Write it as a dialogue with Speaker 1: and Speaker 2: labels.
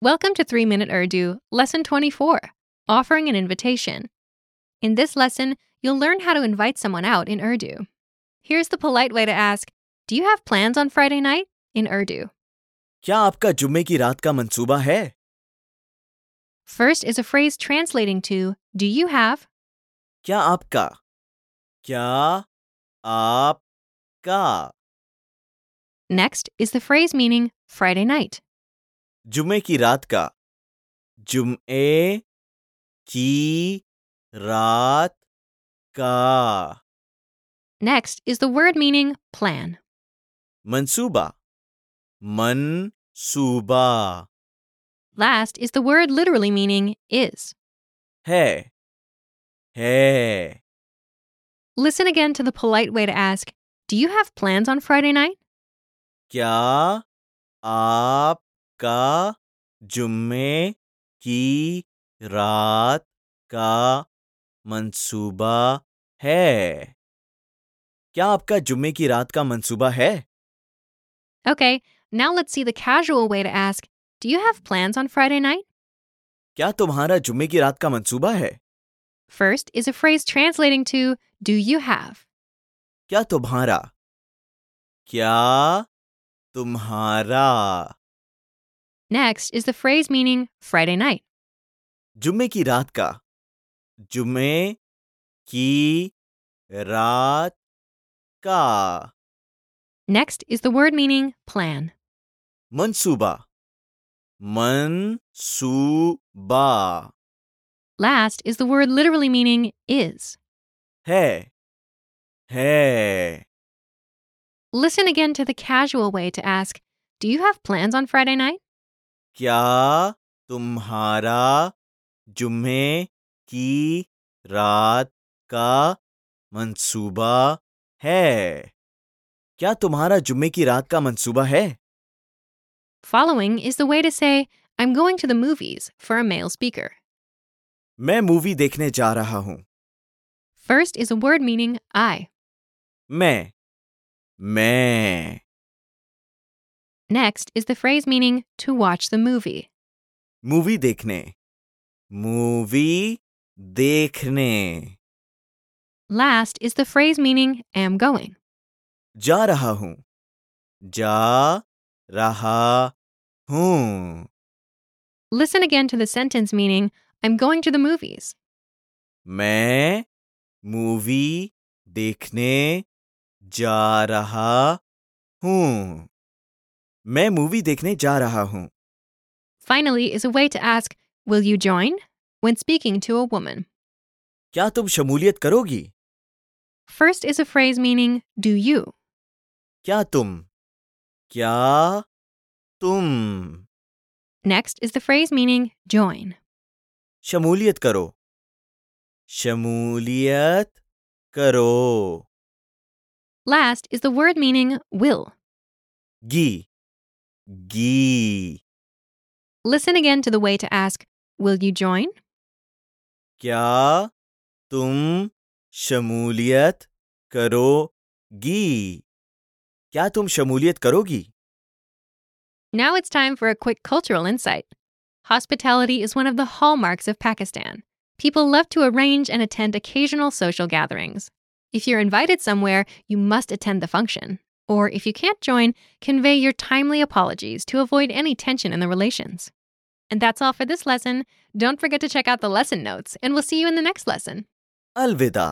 Speaker 1: Welcome to 3 Minute Urdu, Lesson 24 Offering an Invitation. In this lesson, you'll learn how to invite someone out in Urdu. Here's the polite way to ask Do you have plans on Friday night? in Urdu.
Speaker 2: क्या आपका जुम्मे की रात का मंसूबा है
Speaker 1: First is a phrase translating to Do you have?
Speaker 2: क्या आपका क्या आपका
Speaker 1: Next is the phrase meaning Friday night.
Speaker 2: जुम्मे की रात का जुम्मे की रात का
Speaker 1: Next is the word meaning plan.
Speaker 2: मंसूबा मनसूबा
Speaker 1: Last is the word literally meaning is.
Speaker 2: है है
Speaker 1: Listen again to the polite way to ask Do you have plans on Friday night?
Speaker 2: क्या आपका जुम्मे की रात का मंसूबा है क्या आपका जुम्मे की रात का मंसूबा है
Speaker 1: Okay, now let's see the casual way to ask Do you have plans on Friday night?
Speaker 2: क्या तुम्हारा जुम्मे की रात का मंसूबा है
Speaker 1: First is a phrase translating to Do you have?
Speaker 2: क्या तुम्हारा क्या तुम्हारा
Speaker 1: Next is the phrase meaning Friday night.
Speaker 2: जुम्मे की रात का जुम्मे की रात का
Speaker 1: Next is the word meaning plan.
Speaker 2: मंसूबा मनसूबा
Speaker 1: Last is the word literally meaning is.
Speaker 2: है है
Speaker 1: Listen again to the casual way to ask Do you have plans on Friday night?
Speaker 2: क्या तुम्हारा जुम्मे की रात का मंसूबा है क्या तुम्हारा जुम्मे की रात का मंसूबा है
Speaker 1: Following is the way to say I'm going to the movies for a male speaker.
Speaker 2: मैं मूवी देखने जा रहा हूँ
Speaker 1: First is a word meaning I.
Speaker 2: मैं मैं
Speaker 1: Next is the phrase meaning to watch the movie.
Speaker 2: Movie देखने movie देखने
Speaker 1: Last is the phrase meaning am going.
Speaker 2: जा रहा हूँ जा रहा हूँ
Speaker 1: Listen again to the sentence meaning I'm going to the movies.
Speaker 2: मैं मूवी देखने जा रहा हूँ मैं मूवी देखने जा रहा हूँ
Speaker 1: Finally is a way to ask will you join when speaking to a woman.
Speaker 2: क्या तुम शमूलियत करोगी
Speaker 1: First is a phrase meaning do you.
Speaker 2: क्या तुम क्या तुम
Speaker 1: Next is the phrase meaning join.
Speaker 2: शमूलियत करो शमूलियत करो
Speaker 1: Last is the word meaning will.
Speaker 2: गी गी
Speaker 1: Listen again to the way to ask will you join?
Speaker 2: क्या तुम शमूलियत करोगी क्या तुम शमूलियत करोगी
Speaker 1: Now it's time for a quick cultural insight. Hospitality is one of the hallmarks of Pakistan. People love to arrange and attend occasional social gatherings. If you're invited somewhere, you must attend the function. Or if you can't join, convey your timely apologies to avoid any tension in the relations. And that's all for this lesson. Don't forget to check out the lesson notes, and we'll see you in the next lesson.
Speaker 2: अलविदा